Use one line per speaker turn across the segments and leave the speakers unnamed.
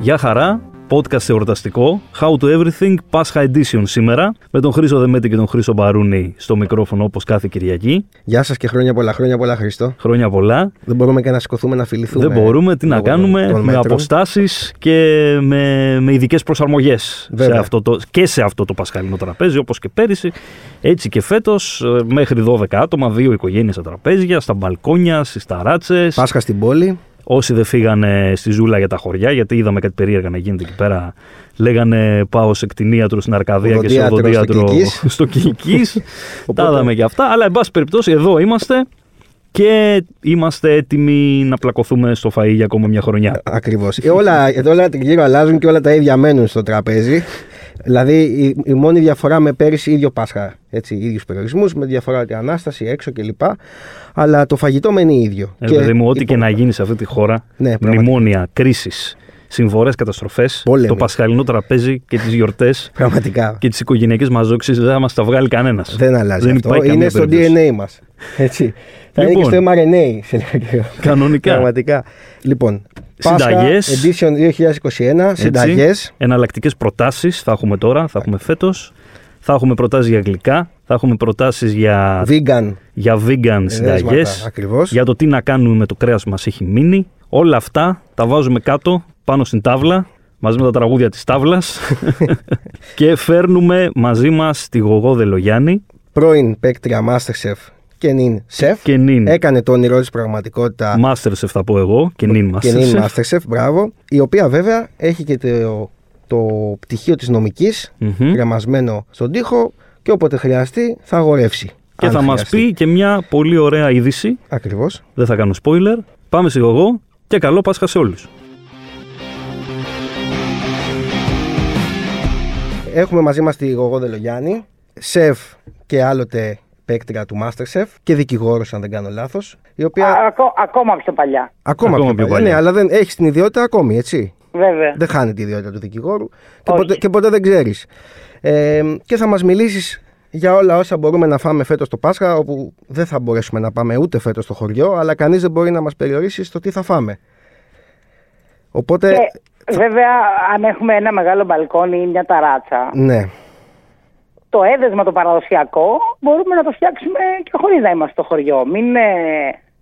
Γεια χαρά, podcast εορταστικό, How to Everything, Pascha Edition σήμερα, με τον Χρήσο Δεμέτη και τον Χρήσο Μπαρούνη στο μικρόφωνο όπως κάθε Κυριακή.
Γεια σας και χρόνια πολλά, χρόνια πολλά, Χριστό.
Χρόνια πολλά.
Δεν μπορούμε και να σηκωθούμε να φιληθούμε.
Δεν μπορούμε, τι να
λόγω των-
κάνουμε,
των
με
μέτρων.
αποστάσεις και με, με ειδικές προσαρμογές σε
Βέβαια.
αυτό το, και σε αυτό το πασχαλινό τραπέζι, όπως και πέρυσι. Έτσι και φέτος, ε, μέχρι 12 άτομα, δύο οικογένειες στα τραπέζια, στα μπαλκόνια, στις ταράτσες.
Πάσχα στην πόλη.
Όσοι δεν φύγανε στη ζούλα για τα χωριά, γιατί είδαμε κάτι περίεργα να γίνεται εκεί πέρα, λέγανε πάω σε κτηνίατρο στην Αρκαδία και σε
Οδοντίατρο στο
οδοντίατρο
Κυλκής.
στο Κυλικής. Τα
Οπότε-
είδαμε και αυτά. Αλλά, εν πάση περιπτώσει, εδώ είμαστε και είμαστε έτοιμοι να πλακωθούμε στο φαΐ για ακόμα μια χρονιά.
Ακριβώς. Ε, όλα, εδώ όλα γύρω αλλάζουν και όλα τα ίδια μένουν στο τραπέζι. Δηλαδή η, η μόνη διαφορά με πέρυσι ίδιο Πάσχα. Έτσι, ίδιους περιορισμούς, με διαφορά ότι ανάσταση έξω κλπ. Αλλά το φαγητό μένει ίδιο.
Ε, παιδί μου, ό,τι
υπο-
και να γίνει σε αυτή τη χώρα,
Ναι, πραγματικά.
μνημόνια, κρίσεις, συμφορέ, καταστροφές,
Πόλεμοι.
το πασχαλινό τραπέζι και τις γιορτές
Πραγματικά.
και τις οικογενειακές μαζόξεις δεν θα μας τα βγάλει κανένας.
Δεν αλλάζει αυτό.
υπάρχει
Είναι
καμία
στο
περίπτωση.
DNA μας. Έτσι. Θα είναι και
Λοιπόν.
στο mRNA σε λίγο καιρό.
Κανονικά.
Πραγματικά. Λοιπόν,
Συνταγές.
Πάσχα Edition 2021, συνταγές.
Εναλλακτικές προτάσεις θα έχουμε τώρα, θα έχουμε φέτος. Θα έχουμε προτάσεις για γλυκά, θα έχουμε προτάσεις για,
Vegan.
για vegan συνταγές.
ακριβώς.
Για το τι να κάνουμε με το κρέας που μας έχει μείνει. Όλα αυτά τα βάζουμε κάτω, πάνω στην τάβλα, μαζί με τα τραγούδια της τάβλας. και φέρνουμε μαζί μας τη Γογό Δελογιάννη.
πρώην παίκτρια Masterchef και νυν σεφ.
Και νυν.
Έκανε το όνειρό της πραγματικότητα
Masterchef θα πω εγώ και νυν
και νυν
Masterchef.
Masterchef, μπράβο. Η οποία βέβαια έχει και το, το πτυχίο της νομικής
Μμμ.
γραμμασμένο στον τοίχο και όποτε χρειαστεί θα αγορεύσει.
Και
αν
θα μας
χρειαστεί.
πει και μια πολύ ωραία είδηση.
Ακριβώς.
Δεν θα κάνω spoiler. Πάμε στη Γογό και καλό Πάσχα σε όλους.
Έχουμε μαζί μας τη Γογό Δελογιάννη, σεφ και άλλοτε παίκτρια του Masterchef και δικηγόρος αν δεν κάνω λάθος, η οποία
Α, ακο- ακόμα πιο παλιά.
ακόμα,
ακόμα
πιο,
πιο
παλιά,
παλιά.
Ναι, αλλά δεν έχεις την ιδιότητα ακόμη, έτσι.
Βέβαια.
Δεν χάνει τη ιδιότητα του δικηγόρου και
Όχι.
ποτέ, και ποτέ δεν ξέρεις. Ε, και θα μας μιλήσεις για όλα όσα μπορούμε να φάμε φέτος το Πάσχα, όπου δεν θα μπορέσουμε να πάμε ούτε φέτος στο χωριό, αλλά κανείς δεν μπορεί να μας περιορίσει στο τι θα φάμε. Οπότε,
Και, βέβαια, αν έχουμε ένα μεγάλο μπαλκόνι ή μια ταράτσα,
ναι,
το έδεσμα το παραδοσιακό μπορούμε να το φτιάξουμε και χωρίς να είμαστε στο χωριό. Μην ε,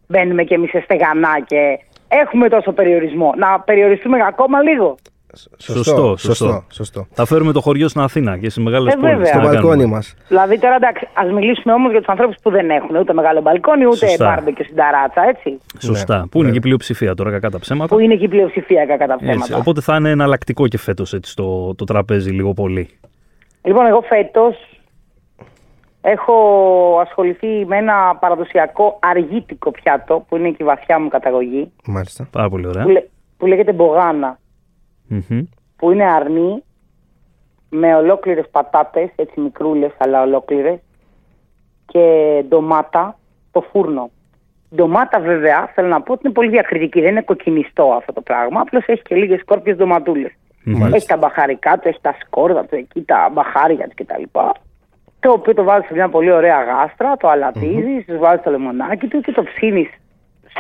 μπαίνουμε κι εμείς σε στεγανά και έχουμε τόσο περιορισμό. Να περιοριστούμε ακόμα λίγο.
σωστό,
Σωστό,
σωστό,
σωστό.
σωστό.
Θα φέρουμε το χωριό στην Αθήνα και στι μεγάλες
Ε,
πόλεις.
βέβαια.
Στο μπαλκόνι μας.
Δηλαδή, τώρα εντάξει, ας μιλήσουμε όμως για τους ανθρώπους που δεν έχουν ούτε μεγάλο μπαλκόνι, ούτε
Σωστά.
μπάρμπεκι στην ταράτσα, έτσι.
Σωστά.
Ναι.
Πού είναι και η πλειοψηφία τώρα, κακά τα ψέματα.
Που είναι και η πλειοψηφία κατά τα
Έτσι.
ψέματα.
Οπότε θα είναι εναλλακτικό και φέτος το, το τραπέζι λίγο πολύ.
Λοιπόν, εγώ φέτος έχω ασχοληθεί με ένα παραδοσιακό αργίτικο πιάτο που είναι και η βαθιά μου καταγωγή
Μάλιστα.
Πάρα πολύ ωραία.
που, λέ- που λέγεται μπογάνα
Μμμ.
που είναι αρνή με ολόκληρες πατάτες, έτσι μικρούλες αλλά ολόκληρες και ντομάτα στο φούρνο. Η ντομάτα βέβαια θέλω να πω ότι είναι πολύ διακριτική, δεν είναι κοκκινιστό αυτό το πράγμα, απλώς έχει και λίγες σκόρπιες ντοματούλες.
Μμμ.
Έχει τα μπαχαρικά του, έχει τα σκόρδα του, εκεί τα μπαχάρια του κτλ. Το οποίο το βάζεις σε μια πολύ ωραία γάστρα, το αλατιζεις σου βάζεις το λεμονάκι του και το ψήνεις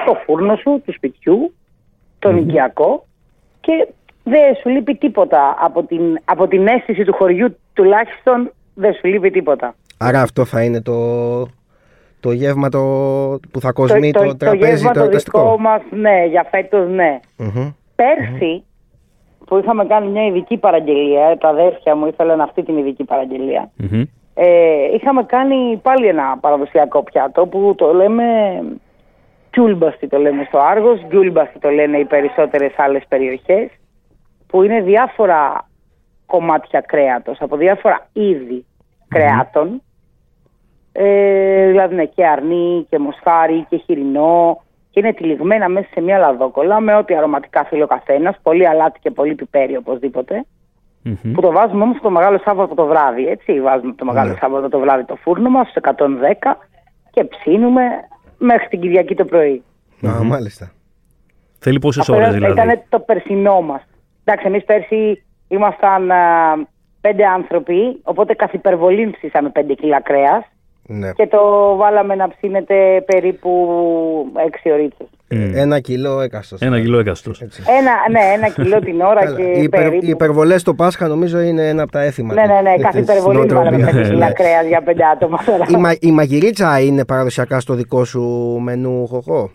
στο φούρνο σου του σπιτιού, τον οικιακό και δεν σου λείπει τίποτα. Από την, από την αίσθηση του χωριού τουλάχιστον δεν σου λείπει τίποτα.
Άρα αυτό θα είναι το, το γεύμα το, που θα κοσμεί το, τραπέζι,
γεύμα
το,
το δικό
εορταστικό.
μας, ναι, για φέτος ναι.
Μμμ.
Πέρσι που είχαμε κάνει μια ειδική παραγγελία, τα αδέρφια μου ήθελαν αυτή την ειδική παραγγελία.
Μμμ.
Ε, είχαμε κάνει πάλι ένα παραδοσιακό πιάτο που το λέμε κιούλμπαστι το λέμε στο Άργος, γκιούλμπαστι το λένε οι περισσότερες άλλες περιοχές που είναι διάφορα κομμάτια κρέατος από διάφορα είδη κρεάτων ε, δηλαδή είναι και αρνί και μοσχάρι και χοιρινό και είναι τυλιγμένα μέσα σε μια λαδόκολα με ό,τι αρωματικά θέλει ο καθένας, πολύ αλάτι και πολύ πιπέρι οπωσδήποτε
Μμμ.
που το βάζουμε όμως το μεγάλο Σάββατο το βράδυ. Έτσι, βάζουμε το μεγάλο
Ναι.
Σάββατο το βράδυ το φούρνο μας στους 110 και ψήνουμε μέχρι την Κυριακή το πρωί.
Α, μάλιστα.
Θέλει πόσες ώρες δηλαδή.
Ήταν το περσινό μας. Εντάξει, εμείς πέρσι ήμασταν α, πέντε άνθρωποι, οπότε καθ' υπερβολή ψήσαμε πέντε κιλά κρέας.
Ναι.
και το βάλαμε να ψήνεται περίπου 6 ωρίτσες.
Ένα κιλό έκαστος.
Ένα κιλό έκαστος.
Έτσι.
Ένα, ναι, ένα κιλό την ώρα
Καλά.
και
Οι, υπερ,
περίπου.
οι υπερβολές στο Πάσχα νομίζω είναι ένα από τα έθιμα.
Ναι,
της-
ναι, ναι, κάθε
της
υπερβολή
νοοτροπίας.
βάλαμε 5
Ναι.
κιλά κρέας για 5 άτομα. τώρα.
Η, μα, η μαγειρίτσα είναι παραδοσιακά στο δικό σου μενού, χωχώ.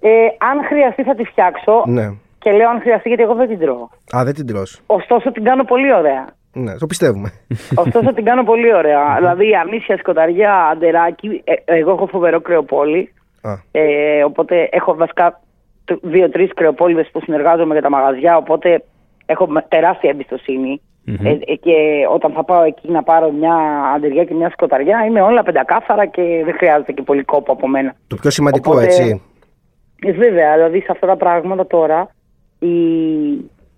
Ε, αν χρειαστεί θα τη φτιάξω
Ναι.
και λέω αν χρειαστεί γιατί εγώ δεν την τρώω.
Α, δεν την τρως.
Ωστόσο την κάνω πολύ ωραία.
Ναι, το πιστεύουμε.
Ωστόσο την κάνω πολύ ωραία. δηλαδή αμύσια, σκοταριά, αντεράκι. Ε, εγώ έχω φοβερό κρεοπόλι.
Α,
Ε, οπότε έχω βασικά τ- δύο-τρει κρεοπόλυδε που συνεργάζομαι για τα μαγαζιά. Οπότε έχω με- τεράστια εμπιστοσύνη. Ε, ε, και όταν θα πάω εκεί να πάρω μια αντεριά και μια σκοταριά, είναι όλα πεντακάθαρα και δεν χρειάζεται και πολύ κόπο από μένα.
το πιο σημαντικό,
Οπότε-
έτσι.
Ε, Βέβαια, δηλαδή σε αυτά τα πράγματα τώρα η,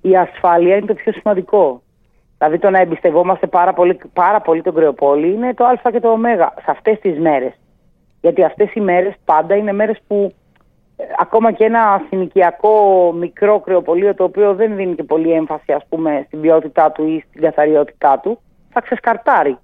η ασφάλεια είναι το πιο σημαντικό. Δηλαδή το να εμπιστευόμαστε πάρα πολύ, πάρα πολύ τον Κρεοπόλη είναι το α και το ω σε αυτές τις μέρες. Γιατί αυτές οι μέρες πάντα είναι μέρες που ε, ακόμα και ένα συνοικιακό μικρό κρεοπολείο το οποίο δεν δίνει και πολύ έμφαση ας πούμε στην ποιότητά του ή στην καθαριότητά του θα ξεσκαρτάρει.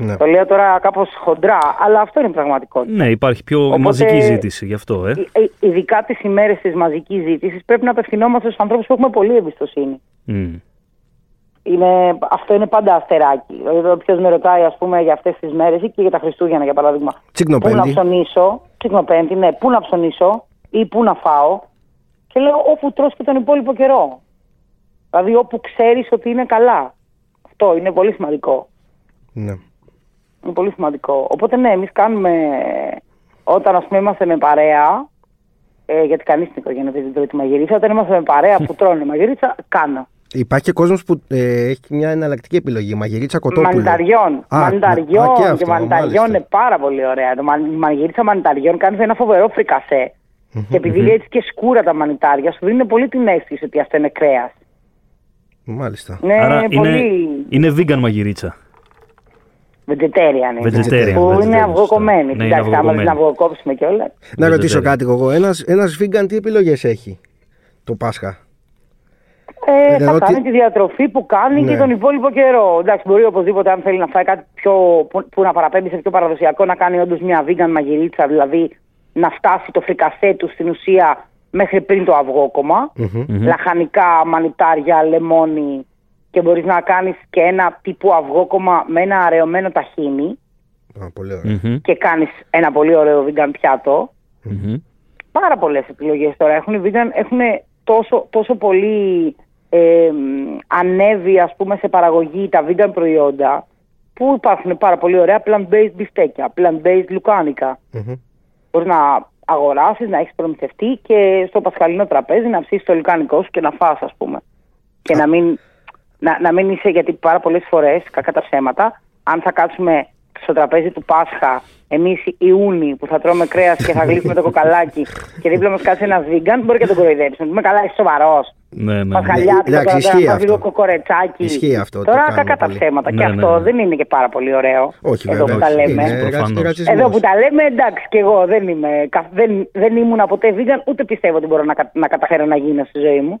Ναι.
Το λέω τώρα κάπως χοντρά, αλλά αυτό είναι η πραγματικότητα.
Ναι, υπάρχει πιο
Οπότε-
μαζική ζήτηση γι' αυτό, ε.
Ε, ε, ειδικά τις ημέρες της μαζικής ζήτησης, πρέπει να απευθυνόμαστε στους ανθρώπους που έχουμε πολύ εμπιστοσύνη.
Μμ.
Είναι, αυτό είναι πάντα αστεράκι. Δηλαδή, ποιος με ρωτάει, ας πούμε, για αυτές τις μέρες ή και για τα Χριστούγεννα, για παράδειγμα. Πού να
Τσικνοπέμπτη.
ψωνίσω, τσικνοπέμπτη, ναι, πού να ψωνίσω ή πού να φάω. Και λέω όπου τρως και τον υπόλοιπο καιρό. Δηλαδή όπου ξέρεις ότι είναι καλά. Αυτό είναι πολύ σημαντικό.
Ναι.
Είναι πολύ σημαντικό. Οπότε ναι, εμείς κάνουμε, όταν ας πούμε είμαστε με παρέα, ε, γιατί κανείς στην οικογένεια δεν τρώει τη μαγειρίτσα, όταν είμαστε με παρέα που τρώνε μαγειρίτσα, κάνω.
Υπάρχει και κόσμος που ε, έχει μια εναλλακτική επιλογή. Μαγειρίτσα κοτόπουλο.
Μανιταριών.
Α, ναι.
μανιταριών
α,
και,
αυτό, μάλιστα.
μανιταριών είναι πάρα πολύ ωραία. Το μαν- η μαγειρίτσα μανιταριών κάνεις ένα φοβερό φρικασέ. και επειδή λέει έτσι και σκούρα τα μανιτάρια, σου δίνουν πολύ την αίσθηση ότι αυτό είναι κρέας.
Μάλιστα.
Ναι,
Άρα
είναι
είναι,
πολύ.
είναι vegan μαγειρίτσα.
Vegetarian είναι.
Vegetarian,
Ε, Που
vegetarian,
είναι
σωστά.
αυγοκομμένη.
Ναι, είναι
Εντάξει, άμα
αυγοκομμένη.
την αυγοκόψουμε κιόλας.
Να
Vegetarian.
ρωτήσω κάτι εγώ. Ένας ένας vegan τι επιλογές έχει το Πάσχα.
Ε,
Δηλαδή
θα
ότι-
κάνει τη διατροφή που κάνει
Ναι.
και τον υπόλοιπο καιρό. Εντάξει, μπορεί οπωσδήποτε, αν θέλει να φάει κάτι πιο, που, που να παραπέμπει σε πιο παραδοσιακό, να κάνει όντως μια vegan μαγειρίτσα, δηλαδή να φτάσει το φρικασέ του στην ουσία μέχρι πριν το αυγόκομα.
Μμμ.
Λαχανικά, μανιτάρια, λεμόνι. Και μπορείς να κάνεις και ένα τύπου αυγόκομα με ένα αραιωμένο ταχίνι
Α, πολύ ωραία.
Μμμ.
και κάνεις ένα πολύ ωραίο vegan πιάτο.
Μμμ.
Πάρα πολλές επιλογές τώρα. Έχουν, οι vegan, έχουν τόσο, τόσο πολύ ε, μ, ανέβει ας πούμε, σε παραγωγή τα vegan προϊόντα που υπάρχουν πάρα πολύ ωραία plant-based μπιφτέκια, plant-based λουκάνικα.
Μμμ.
Μπορείς να αγοράσεις, να έχεις προμηθευτεί και στο πασχαλινό τραπέζι να ψήσεις το λουκάνικό σου και να φας ας πούμε. Και να μην, να, να μην είσαι, γιατί πάρα πολλές φορές, κακά τα ψέματα, αν θα κάτσουμε στο τραπέζι του Πάσχα, εμείς Ιούνι που θα τρώμε κρέας και θα γλύφουμε το κοκαλάκι, και δίπλα μας κάτσει ένας vegan, μπορεί και τον κοροϊδέψει. Να πούμε καλά, είσαι σοβαρός.
Ναι, ναι. ναι.
Πασχαλιάτικο,
Ε, εντάξει,
τώρα,
ισχύει
να φας
αυτό.
λίγο κοκορετσάκι.
Ισχύει αυτό, το
Τώρα
κάνουμε
κακά τα
πολύ.
ψέματα.
Ναι,
και
ναι,
αυτό
ναι.
δεν είναι και πάρα πολύ ωραίο.
Όχι,
εδώ
βέβαια. Ναι,
που τα
όχι.
λέμε.
Είναι ρα-
Προφανώς.
ρατσισμός.
Εδώ που τα λέμε, εντάξει, και εγώ δεν, είμαι, κα- δεν, δεν ήμουν ποτέ vegan, ούτε πιστεύω ότι μπορώ να, κα- να καταφέρω να γίνω στη ζωή μου.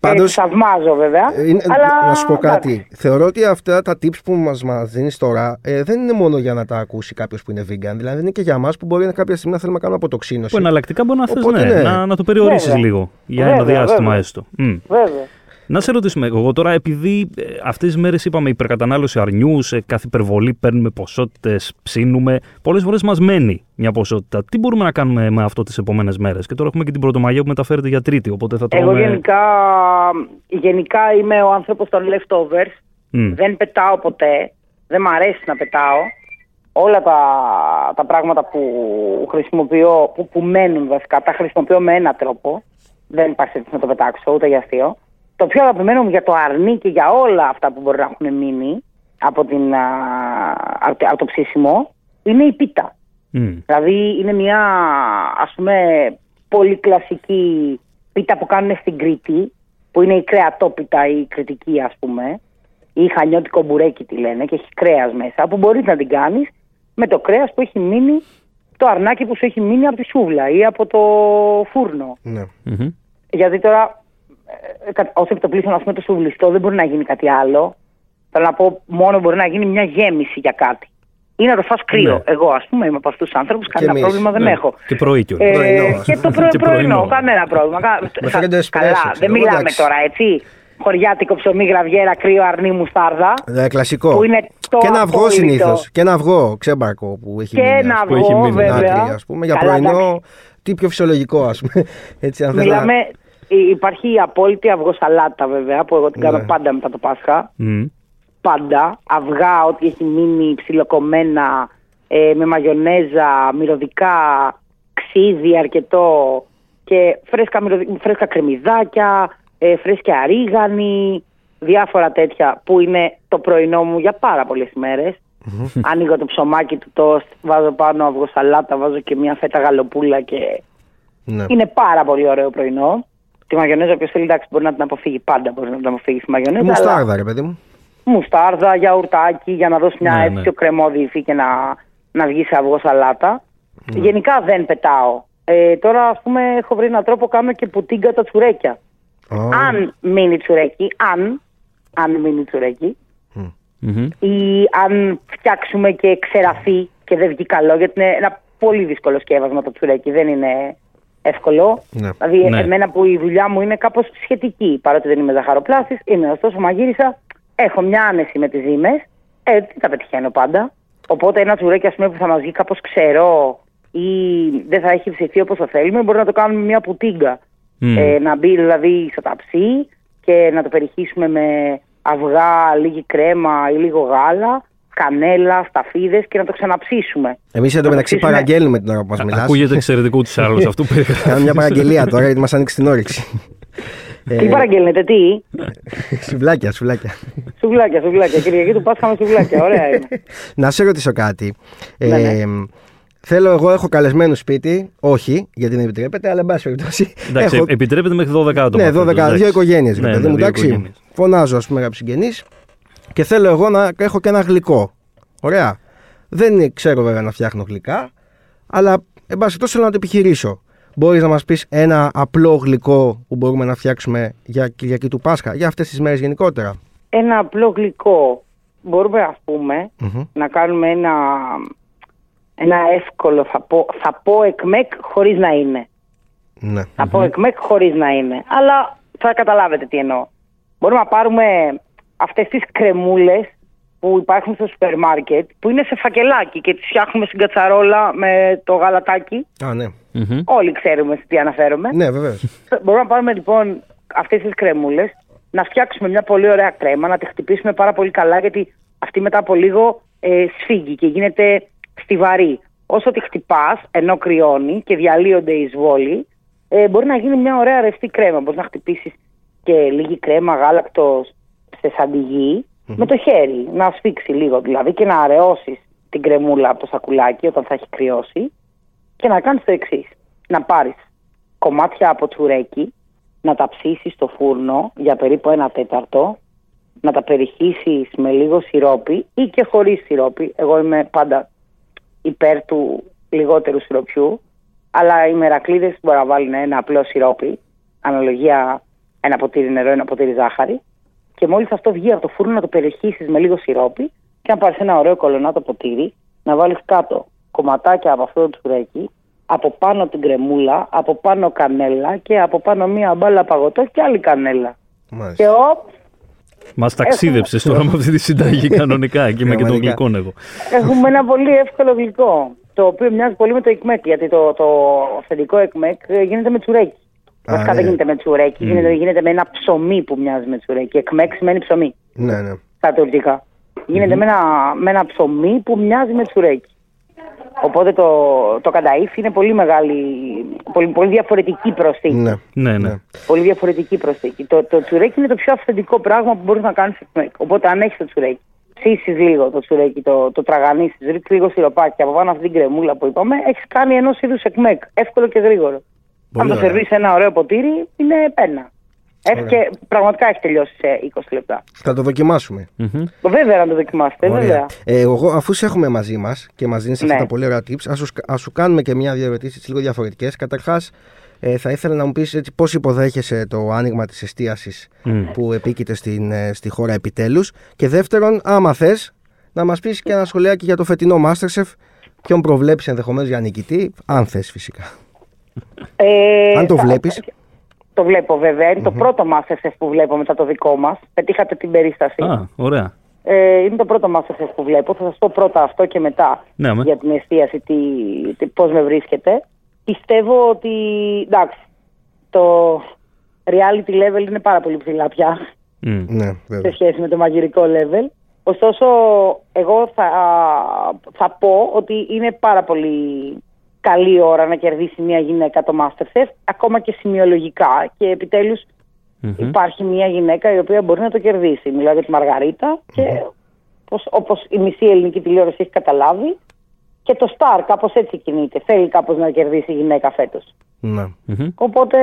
Πάντως,
ε, θαυμάζω βέβαια.
Ε, είναι-
αλλά,
Να σου πω κάτι.
εντάξει.
Θεωρώ ότι αυτά τα tips που μας μας δίνεις τώρα ε, δεν είναι μόνο για να τα ακούσει κάποιος που είναι vegan. Δηλαδή είναι και για εμά που μπορεί να κάποια στιγμή να θέλουμε να κάνουμε αποτοξίνωση.
Που εναλλακτικά μπορεί να θες
Οπότε,
ναι,
ναι.
να, να το περιορίσεις
Βέβαια.
λίγο για ένα
Βέβαια,
διάστημα
βέβαια.
έστω. Μμ.
Βέβαια.
Να σε ρωτήσουμε εγώ τώρα, επειδή ε, αυτές τις μέρες είπαμε υπερκατανάλωση αρνιού, σε κάθε υπερβολή παίρνουμε ποσότητες, ψήνουμε, πολλές φορές μας μένει μια ποσότητα. Τι μπορούμε να κάνουμε με αυτό τις επόμενες μέρες. Και τώρα έχουμε και την Πρωτομαγιά που μεταφέρεται για Τρίτη, οπότε θα τρώμε...
Εγώ γενικά, γενικά είμαι ο άνθρωπος των leftovers.
Μμ.
Δεν πετάω ποτέ. Δεν μ' αρέσει να πετάω. Όλα τα, τα πράγματα που χρησιμοποιώ, που, που μένουν βασικά, τα χρησιμοποιώ με ένα τρόπο. Δεν υπάρχει περίπτωση να το πετάξω, ούτε για αστείο. Το πιο αγαπημένο μου για το αρνί και για όλα αυτά που μπορεί να έχουν μείνει από, την, α, από το- από το ψήσιμο είναι η πίτα.
Μμ.
Δηλαδή είναι μια ας πούμε πολύ κλασική πίτα που κάνουν στην Κρήτη που είναι η κρεατόπιτα η κριτική ας πούμε ή η χανιώτικο μπουρέκι τη λένε και έχει κρέας μέσα που μπορείς να την κάνεις με το κρέας που έχει μείνει το αρνάκι που σου έχει μείνει από τη σούβλα ή από το φούρνο.
Ναι.
Μμμ.
Γιατί τώρα, ε, κα- ως επί το πλήθο, ας πούμε, το σουβλιστό δεν μπορεί να γίνει κάτι άλλο. Θέλω να πω, μόνο μπορεί να γίνει μια γέμιση για κάτι. ή να το φας κρύο.
Ναι.
Εγώ, ας πούμε, είμαι από αυτούς τους άνθρωπου, κανένα
εμείς.
πρόβλημα δεν
Ναι.
έχω.
Και πρωί κιόλας.
Ε,
Πρωινό.
και το πρωί,
Και πρωινό.
πρωινό, κανένα πρόβλημα. Κα-
Με
θα-
φρέντο εσπρέσο,
Καλά,
ξέρω,
δεν μιλάμε
εντάξει.
τώρα, έτσι. Χωριάτικο ψωμί, γραβιέρα, κρύο, αρνί, μουστάρδα.
Ε, κλασικό.
Που είναι το
και ένα αυγό
απόλυτο.
συνήθως. Και ένα αυγό ξέμπαρκο που έχει
Και
μείνει, ας
ένα
που έχει
αυγό,
μείνει.
πούμε,
βέβαια.
άκρη, ας πούμε, για
Καλά,
πρωινό.
εντάξει.
Τι πιο φυσιολογικό, ας πούμε. Έτσι, αν θέλω να-
Μιλάμε, υ- υπάρχει η απόλυτη αυγοσαλάτα, βέβαια, που εγώ την κάνω
Ναι.
πάντα μετά το Πάσχα.
Μμ.
πάντα. Αυγά, ό,τι έχει μείνει ψιλοκομμένα, ε, με μαγιονέζα, μυρωδικά, ξύδι αρκετό και φρέσκα, μυρωδι- φρέσκα κρεμμυδάκια, ε, φρέσκια αρίγανη, διάφορα τέτοια που είναι το πρωινό μου για πάρα πολλές ημέρες. Ανοίγω το ψωμάκι του τόστ, βάζω πάνω αυγοσαλάτα, βάζω και μια φέτα γαλοπούλα και
Ναι.
είναι πάρα πολύ ωραίο πρωινό. Τη μαγιονέζα, όποιος θέλει, εντάξει, μπορεί να την αποφύγει πάντα, μπορεί να την αποφύγει στη μαγιονέζα. αλλά-
Μουστάρδα, ρε παιδί μου.
μουστάρδα, γιαουρτάκι για να δώσει μια
Ναι,
έτσι
ναι.
πιο κρεμόδη υφή και να, να βγει σε αυγό σαλάτα.
Ναι.
Γενικά δεν πετάω. Ε, τώρα, ας πούμε, έχω βρει έναν τρόπο κάνω και πουτίγκα τα τσουρέκια.
Ω,
Αν μείνει τσουρέκι, αν, αν μείνει τσουρέκι,
Μμμ.
ή αν φτιάξουμε και ξεραφεί και δεν βγει καλό, γιατί είναι ένα πολύ δύσκολο σκεύασμα το τσουρέκι, δεν είναι εύκολο.
Ναι.
Δηλαδή,
Ναι.
εμένα που η δουλειά μου είναι κάπως σχετική, παρότι δεν είμαι ζαχαροπλάστης, είμαι ωστόσο μαγείρισα, έχω μια άνεση με τις ζύμες, ε, τι τα πετυχαίνω πάντα. Οπότε ένα τσουρέκι, ας πούμε, που θα μας βγει κάπως ξερό ή δεν θα έχει ψηθεί όπως το θέλουμε, μπορεί να το κάνουμε μια πουτίγκα.
Μμ.
Ε, να μπει δηλαδή στο ταψί και να το περιχύσουμε με αυγά, λίγη κρέμα ή λίγο γάλα, κανέλα, σταφίδες και να το ξαναψήσουμε.
Εμείς εδώ μεταξύ
ψήσουμε.
παραγγέλνουμε την ώρα που μας
Α-
μιλάς.
Ακούγεται εξαιρετικό του άλλου αυτό που
Κάνω μια
περιγράφει.
παραγγελία τώρα γιατί μας ανοίξει την όρεξη. Ε,
Τι παραγγέλνετε, τι,
Σουβλάκια, σουβλάκια.
σουβλάκια, σουβλάκια, Κυριακή του Πάσχα με σουβλάκια, ωραία είναι.
Να σε ρωτήσω κάτι.
Ναι, ναι.
Θέλω, εγώ έχω καλεσμένο σπίτι. Όχι, γιατί δεν επιτρέπεται, αλλά εν πάση περιπτώσει.
Εντάξει,
έχω-
επιτρέπεται μέχρι 12 άτομα.
ναι,
φέτος,
12,
εντάξει.
δύο οικογένειες.
Ναι, ναι, δύο
εντάξει,
οικογένειες.
φωνάζω, ας πούμε, κάποιου συγγενείς και θέλω εγώ να έχω και ένα γλυκό. Ωραία. Δεν ξέρω βέβαια να φτιάχνω γλυκά, αλλά εν πάση τόσο θέλω να το επιχειρήσω. Μπορείς να μας πεις ένα απλό γλυκό που μπορούμε να φτιάξουμε για Κυριακή του Πάσχα, για αυτές τις μέρες γενικότερα.
Ένα απλό γλυκό. Μπορούμε, ας πούμε,
Μμμ.
να κάνουμε ένα, ένα εύκολο, θα πω, θα πω εκμεκ χωρίς να είναι.
Ναι.
Θα πω εκμεκ χωρίς να είναι. Αλλά θα καταλάβετε τι εννοώ. Μπορούμε να πάρουμε αυτές τις κρεμούλες που υπάρχουν στο σούπερ μάρκετ, που είναι σε φακελάκι και τις φτιάχνουμε στην κατσαρόλα με το γαλατάκι.
Α, ναι.
Μμμ.
Όλοι ξέρουμε σε τι αναφέρομαι.
Ναι, βεβαίως.
Μπορούμε να πάρουμε λοιπόν αυτές τις κρεμούλες, να φτιάξουμε μια πολύ ωραία κρέμα, να τη χτυπήσουμε πάρα πολύ καλά, γιατί αυτή μετά από λίγο ε, σφίγγει και γίνεται στιβαρή. Όσο τη χτυπάς, ενώ κρυώνει και διαλύονται οι σβόλοι, ε, μπορεί να γίνει μια ωραία ρευστή κρέμα. Μπορείς να χτυπήσεις και λίγη κρέμα γάλακτος σε σαντιγη με το χέρι, να σφίξει λίγο δηλαδή και να αραιώσεις την κρεμούλα από το σακουλάκι όταν θα έχει κρυώσει και να κάνεις το εξής. Να πάρεις κομμάτια από τσουρέκι, να τα ψήσεις στο φούρνο για περίπου ένα τέταρτο, να τα περιχύσεις με λίγο σιρόπι ή και χωρίς σιρόπι. Εγώ είμαι πάντα υπέρ του λιγότερου σιροπιού, αλλά οι μερακλείδες μπορεί να βάλουν ένα απλό σιρόπι, αναλογία ένα ποτήρι νερό, ένα ποτήρι ζάχαρη και μόλις αυτό βγει από το φούρνο να το περιχύσεις με λίγο σιρόπι και να πάρεις ένα ωραίο κολονάτο ποτήρι, να βάλεις κάτω κομματάκια από αυτό το τσουρέκι, από πάνω την κρεμούλα, από πάνω κανέλα και από πάνω μία μπάλα παγωτό και άλλη κανέλα. Και οπ,
Μας ταξίδεψες τώρα με αυτή τη συνταγή κανονικά και με και των
Ναι. Πραγματικά.
γλυκών εγώ.
Έχουμε ένα πολύ εύκολο γλυκό. Το οποίο μοιάζει πολύ με το εκμέκ. Γιατί το, το αυθεντικό εκμέκ ε, γίνεται με τσουρέκι.
Α,
Βασικά
ναι.
δεν γίνεται με τσουρέκι. Γίνεται, γίνεται με ένα ψωμί που μοιάζει με τσουρέκι. Εκμέκ σημαίνει ψωμί
Ναι, ναι.
στα τουρκικά. Γίνεται με, ένα, με ένα ψωμί που μοιάζει με τσουρέκι. Οπότε το, το κανταΐφ είναι πολύ μεγάλη, πολύ, πολύ διαφορετική προσθήκη.
ναι.
Ναι, ναι.
Πολύ διαφορετική προσθήκη. Το, το τσουρέκι είναι το πιο αυθεντικό πράγμα που μπορείς να κάνεις σε εκμέκ. Οπότε, αν έχεις το τσουρέκι, ψήσεις λίγο το τσουρέκι, το, το τραγανίσεις, ρίξεις λίγο σιροπάκι από πάνω αυτή την κρεμούλα που είπαμε, έχεις κάνει ενός είδους εκμέκ. Εύκολο και γρήγορο.
Πολύ
αν το
ωραία.
σερβίρει σε ένα ωραίο ποτήρι, είναι πένα. Έχει και πραγματικά έχει τελειώσει σε 20 λεπτά.
Θα το δοκιμάσουμε.
Μμμ.
Βέβαια, να το δοκιμάσετε, βέβαια.
Ε, εγώ, αφού σε έχουμε μαζί μας και μας δίνεις αυτά
Ναι.
τα πολύ ωραία tips, ας σου, ας σου κάνουμε και μια-δύο ερωτήσεις λίγο διαφορετικές. Καταρχάς, ε, θα ήθελα να μου πεις πώς υποδέχεσαι το άνοιγμα της εστίασης που επίκειται στην, ε, στη χώρα επιτέλους. Και δεύτερον, άμα θες, να μας πεις και ένα σχολιάκι για το φετινό Masterchef. Ποιον προβλέψει ενδεχομένως για νικητή, αν θες φυσικά.
Ε,
αν το
θα-
βλέπεις.
Το βλέπω βέβαια. Είναι το πρώτο Masterchef που βλέπω μετά το δικό μας. Πετύχατε την περίσταση.
Α, ωραία.
Ε, είναι το πρώτο Masterchef που βλέπω. Θα σας πω πρώτα αυτό και μετά
Ναι, με.
για την εστίαση, τι, τι, πώς με βρίσκεται. Πιστεύω ότι. εντάξει, το reality level είναι πάρα πολύ ψηλά πια
Μμ.
Ναι,
σε
βέβαια.
σχέση με το μαγειρικό level. Ωστόσο, εγώ θα, θα πω ότι είναι πάρα πολύ καλή ώρα να κερδίσει μια γυναίκα το Masterchef, ακόμα και σημειολογικά. Και επιτέλους
Μμμ.
υπάρχει μια γυναίκα η οποία μπορεί να το κερδίσει. Μιλάω για τη Μαργαρίτα και όπως, όπως η μισή ελληνική τηλεόραση έχει καταλάβει και το Star κάπως έτσι κινείται. Θέλει κάπως να κερδίσει η γυναίκα φέτος.
Ναι.
Μμμ.
Οπότε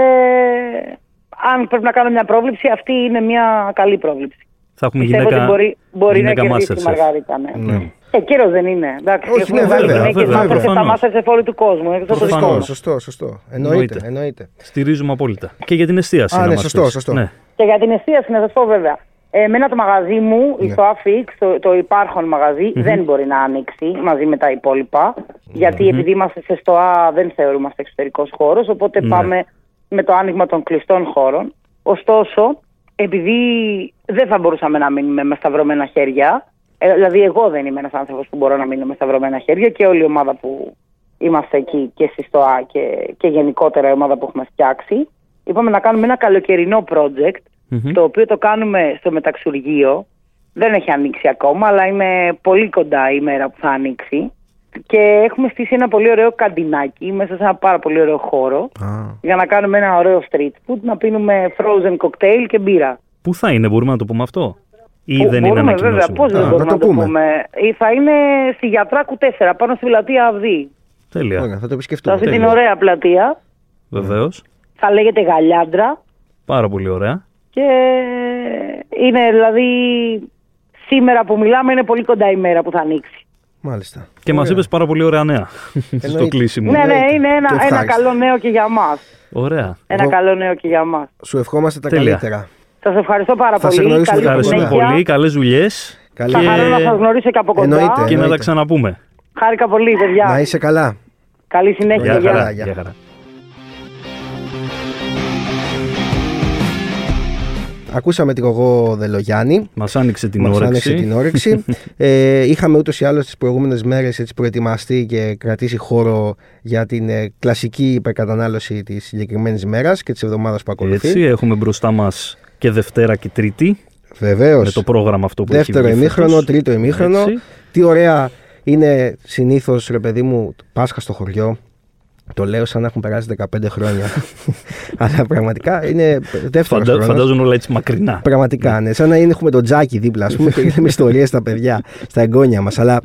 αν πρέπει να κάνω μια πρόβληψη αυτή είναι μια καλή πρόβληψη.
Θα έχουμε
Πιστεύω
γυναίκα.
ότι μπορεί, μπορεί να
γυναίκα
κερδίσει η
Masterchef.
Μαργαρίτα. Ναι.
Ναι.
Ε, κύριος δεν είναι. Εντάξει,
Όχι,
έχουμε
ναι,
βάλει
βέβαια,
γυναίκες
βέβαια.
Masterchef,
Προφανώς.
τα Masterchef όλου του κόσμου. Εκτός από το
Προφανώς.
δικό
Σωστό, σωστό,
μας.
σωστό. Εννοείται.
Εννοείται.
εννοείται.
Στηρίζουμε απόλυτα. Και για την εστίαση.
Α,
να
ναι,
μας
σωστό,
πεις.
σωστό.
Ναι.
Και για την εστίαση να σας πω βέβαια. Ε, Εμένα το μαγαζί μου,
Ναι.
στο AFIX, το, το υπάρχον μαγαζί, δεν μπορεί να ανοίξει μαζί με τα υπόλοιπα. γιατί επειδή είμαστε σε ΣΤΟΑ δεν θεωρούμαστε εξωτερικός χώρος, οπότε
Ναι.
πάμε με το άνοιγμα των κλειστών χώρων. Ωστόσο, επειδή δεν θα μπορούσαμε να μείνουμε με σταυρωμένα χέρια, ε, δηλαδή εγώ δεν είμαι ένας άνθρωπος που μπορώ να μείνω με σταυρωμένα χέρια και όλη η ομάδα που είμαστε εκεί και στη ΣΤΟΑ και, και γενικότερα η ομάδα που έχουμε φτιάξει, είπαμε να κάνουμε ένα καλοκαιρινό project,
Μμμ.
το οποίο το κάνουμε στο μεταξουργείο. Δεν έχει ανοίξει ακόμα, αλλά είναι πολύ κοντά η μέρα που θα ανοίξει. Και έχουμε στήσει ένα πολύ ωραίο καντινάκι μέσα σε ένα πάρα πολύ ωραίο χώρο
Α.
για να κάνουμε ένα ωραίο street food, να πίνουμε frozen cocktail και μπύρα.
Πού θα είναι, μπορούμε να το πούμε αυτό. Ή
Που-
δεν είναι
μπορούμε βέβαια,
ανακοινώσιμο.
πώς δεν
Α,
μπορούμε
να
να
το
το
πούμε.
πούμε. Ή θα είναι στη Γιατράκου 4, πάνω στη πλατεία Αυδή.
Τέλεια.
Ωραία, θα το
Σε αυτή
επισκεφτούμε.
την
τέλεια.
ωραία πλατεία,
Βεβαίως.
θα λέγεται Γαλιάντρα
Πάρα πολύ ωραία.
και είναι δηλαδή σήμερα που μιλάμε είναι πολύ κοντά η μέρα που θα ανοίξει.
Μάλιστα.
Και μας
Ωραία.
είπες πάρα πολύ ωραία νέα στο
Εννοείται.
κλείσιμο.
Ναι, ναι,
Εννοείται.
είναι
Και
ένα, ένα
ευχάριστα.
καλό νέο και για μας.
Ωραία.
Ένα
Εγώ-
καλό νέο και για μας.
Σου ευχόμαστε τα
Τέλεια.
καλύτερα.
Σας ευχαριστώ πάρα
Θα σε
πολύ.
γνωρίσουμε
Καλή
καλύτερα.
Ευχαριστούμε
συνέχεια.
πολύ. Καλές δουλειές.
Καλή-
Θα χαρώ να
Και...
σας γνωρίσω και από κοντά.
Εννοείται.
και να τα ξαναπούμε.
Χάρηκα πολύ, παιδιά.
Να είσαι καλά.
Καλή συνέχεια.
Γεια
Γεια
χαρά.
χαρά.
Γεια χαρά.
Ακούσαμε την εγώ Δελογιάννη.
Μας άνοιξε την
Μας
όρεξη.
άνοιξε την όρεξη. ε, είχαμε ούτως ή άλλως τις προηγούμενες μέρες προετοιμαστεί και κρατήσει χώρο για την ε, κλασική υπερκατανάλωση της συγκεκριμένης μέρας και της εβδομάδας που ακολουθεί.
Έτσι, έχουμε μπροστά μας και Δευτέρα και Τρίτη.
Βεβαίως.
Με το πρόγραμμα αυτό που
Δεύτερο
έχει βγει
ημίχρονο,
φέτος.
τρίτο ημίχρονο.
Έτσι.
Τι ωραία είναι συνήθως, ρε παιδί μου, το Πάσχα στο χωριό. Το λέω σαν να έχουν περάσει 15 χρόνια. Αλλά πραγματικά είναι δεύτερος
Φαντα...
χρόνος.
Φαντάζομαι όλα έτσι μακρινά.
Πραγματικά, ναι. Σαν να είναι- έχουμε τον Τζάκι δίπλα, ας πούμε, και λέμε ιστορίες στα παιδιά, στα εγγόνια μας. Αλλά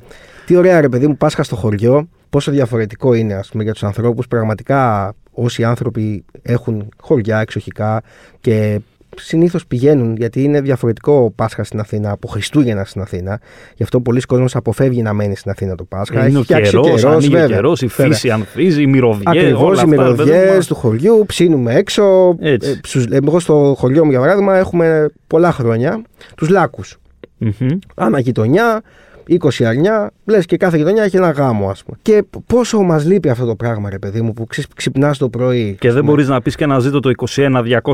τι ωραία, ρε παιδί μου, Πάσχα στο χωριό. Πόσο διαφορετικό είναι, ας πούμε, για τους ανθρώπους. Πραγματικά, όσοι άνθρωποι έχουν χωριά εξοχικά και συνήθως πηγαίνουν, γιατί είναι διαφορετικό ο Πάσχα στην Αθήνα από Χριστούγεννα στην Αθήνα. Γι' αυτό πολλοί κόσμοι αποφεύγει να μένει στην Αθήνα το Πάσχα.
Είναι ο
φτιάξει
καιρός,
καιρός,
ανοίγει ο
βέβαια.
καιρός, η
Βέβαια.
φύση ανθίζει, οι μυρωδιές.
Ακριβώ οι μυρωδιέ του χωριού, ψήνουμε έξω.
Έτσι.
Ε, στους- εγώ στο χωριό μου, για παράδειγμα, έχουμε πολλά χρόνια τους λάκους. Ανά γειτονιά, 20 αρνιά, λες και κάθε γειτονιά έχει ένα γάμο, ας πούμε. Και π- πόσο μας λείπει αυτό το πράγμα, ρε παιδί μου, που ξυπνάς το πρωί.
Και δεν μπορείς να πεις και να ζείτε το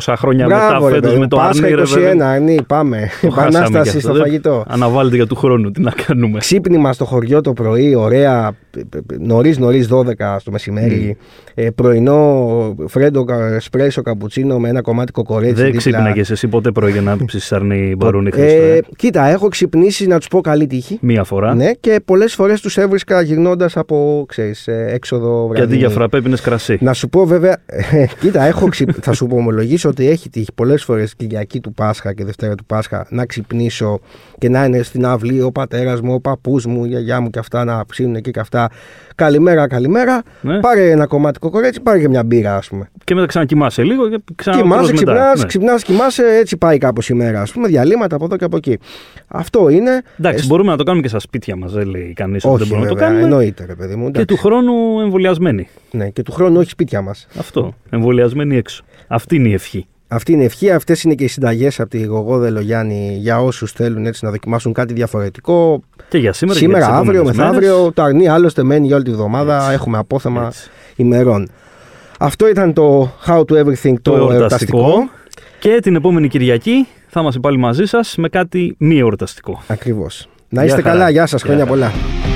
21-200 χρόνια
Ναι. Μπράβο,
μετά
ρε
φέτος
παιδί
με
μου.
το
Πάσχα
αρνί, ρε παιδί.
21, αρνί, πάμε.
Το χάσαμε κι
Επανάσταση
αυτό,
στο
δεν-
φαγητό.
Αναβάλλεται για του χρόνου, τι να κάνουμε.
Ξύπνημα στο χωριό το πρωί, ωραία, νωρίς νωρίς 12 στο μεσημέρι. Ε, πρωινό φρέντο κα- εσπρέσο καπουτσίνο με ένα κομμάτι κοκορέτσι.
Δεν
δίπλα.
ξύπναγες εσύ ποτέ πρωί για να ψήσεις αρνί μπαρούνι Χρήστο.
ε,
ε.
Κοίτα, έχω ξυπνήσει να τους πω καλή τύχη.
Μία φορά.
Ναι, και πολλές φορές τους έβρισκα γυρνώντας από ξέρεις, ε,
Και
έξοδο
αντί
βραδινή.
για φραπέ πίνες κρασί.
ναι. Να σου πω βέβαια, ε, κοίτα, έχω ξυ... θα σου ομολογήσω ότι έχει τύχει πολλές φορές Κυριακή του Πάσχα και Δευτέρα του Πάσχα να ξυπνήσω και να είναι στην αυλή ο πατέρας μου, ο παππούς μου, η γιαγιά μου και αυτά να ψήνουν εκεί και αυτά. Καλημέρα, καλημέρα.
Ναι.
Πάρε ένα κομμάτι κοκορέτσι, πάρε και μια μπύρα, ας πούμε.
Και μετά ξανακοιμάσαι λίγο και ξανακοιμάσαι
Κοιμάσαι, ξυπνά,
μετά. Ναι.
ξυπνάς, κοιμάσαι, έτσι πάει κάπως η μέρα. Ας πούμε, διαλύματα από εδώ και από εκεί. Αυτό είναι.
Εντάξει,
Ε,
μπορούμε να το κάνουμε και στα σπίτια μας, δεν λέει κανείς ότι
όχι,
δεν μπορούμε να το
βέβαια,
κάνουμε.
Εννοείται, ρε παιδί μου.
Και
εντάξει.
του χρόνου εμβολιασμένοι.
Ναι, και του χρόνου όχι σπίτια μας.
Αυτό. Εμβολιασμένοι έξω. Αυτή είναι η ευχή.
Αυτή είναι η ευχή. Αυτές είναι και οι συνταγές από τη Γογόδε Λογιάννη για όσους θέλουν έτσι να δοκιμάσουν κάτι διαφορετικό.
Και για σήμερα, και
Σήμερα,
για τις
αύριο,
επόμενες μέρες.
μεθαύριο. Το αρνί άλλωστε μένει για όλη τη βδομάδα.
Έτσι.
Έχουμε απόθεμα
Έτσι.
ημερών. Αυτό ήταν το How to Everything
Το
το,
εορταστικό. Και την επόμενη Κυριακή θα είμαστε πάλι μαζί σας με κάτι μη εορταστικό.
Ακριβώς.
Γεια
Να είστε
χαρά.
καλά. Γεια σας.
Γεια
Χρόνια
χαρά.
πολλά.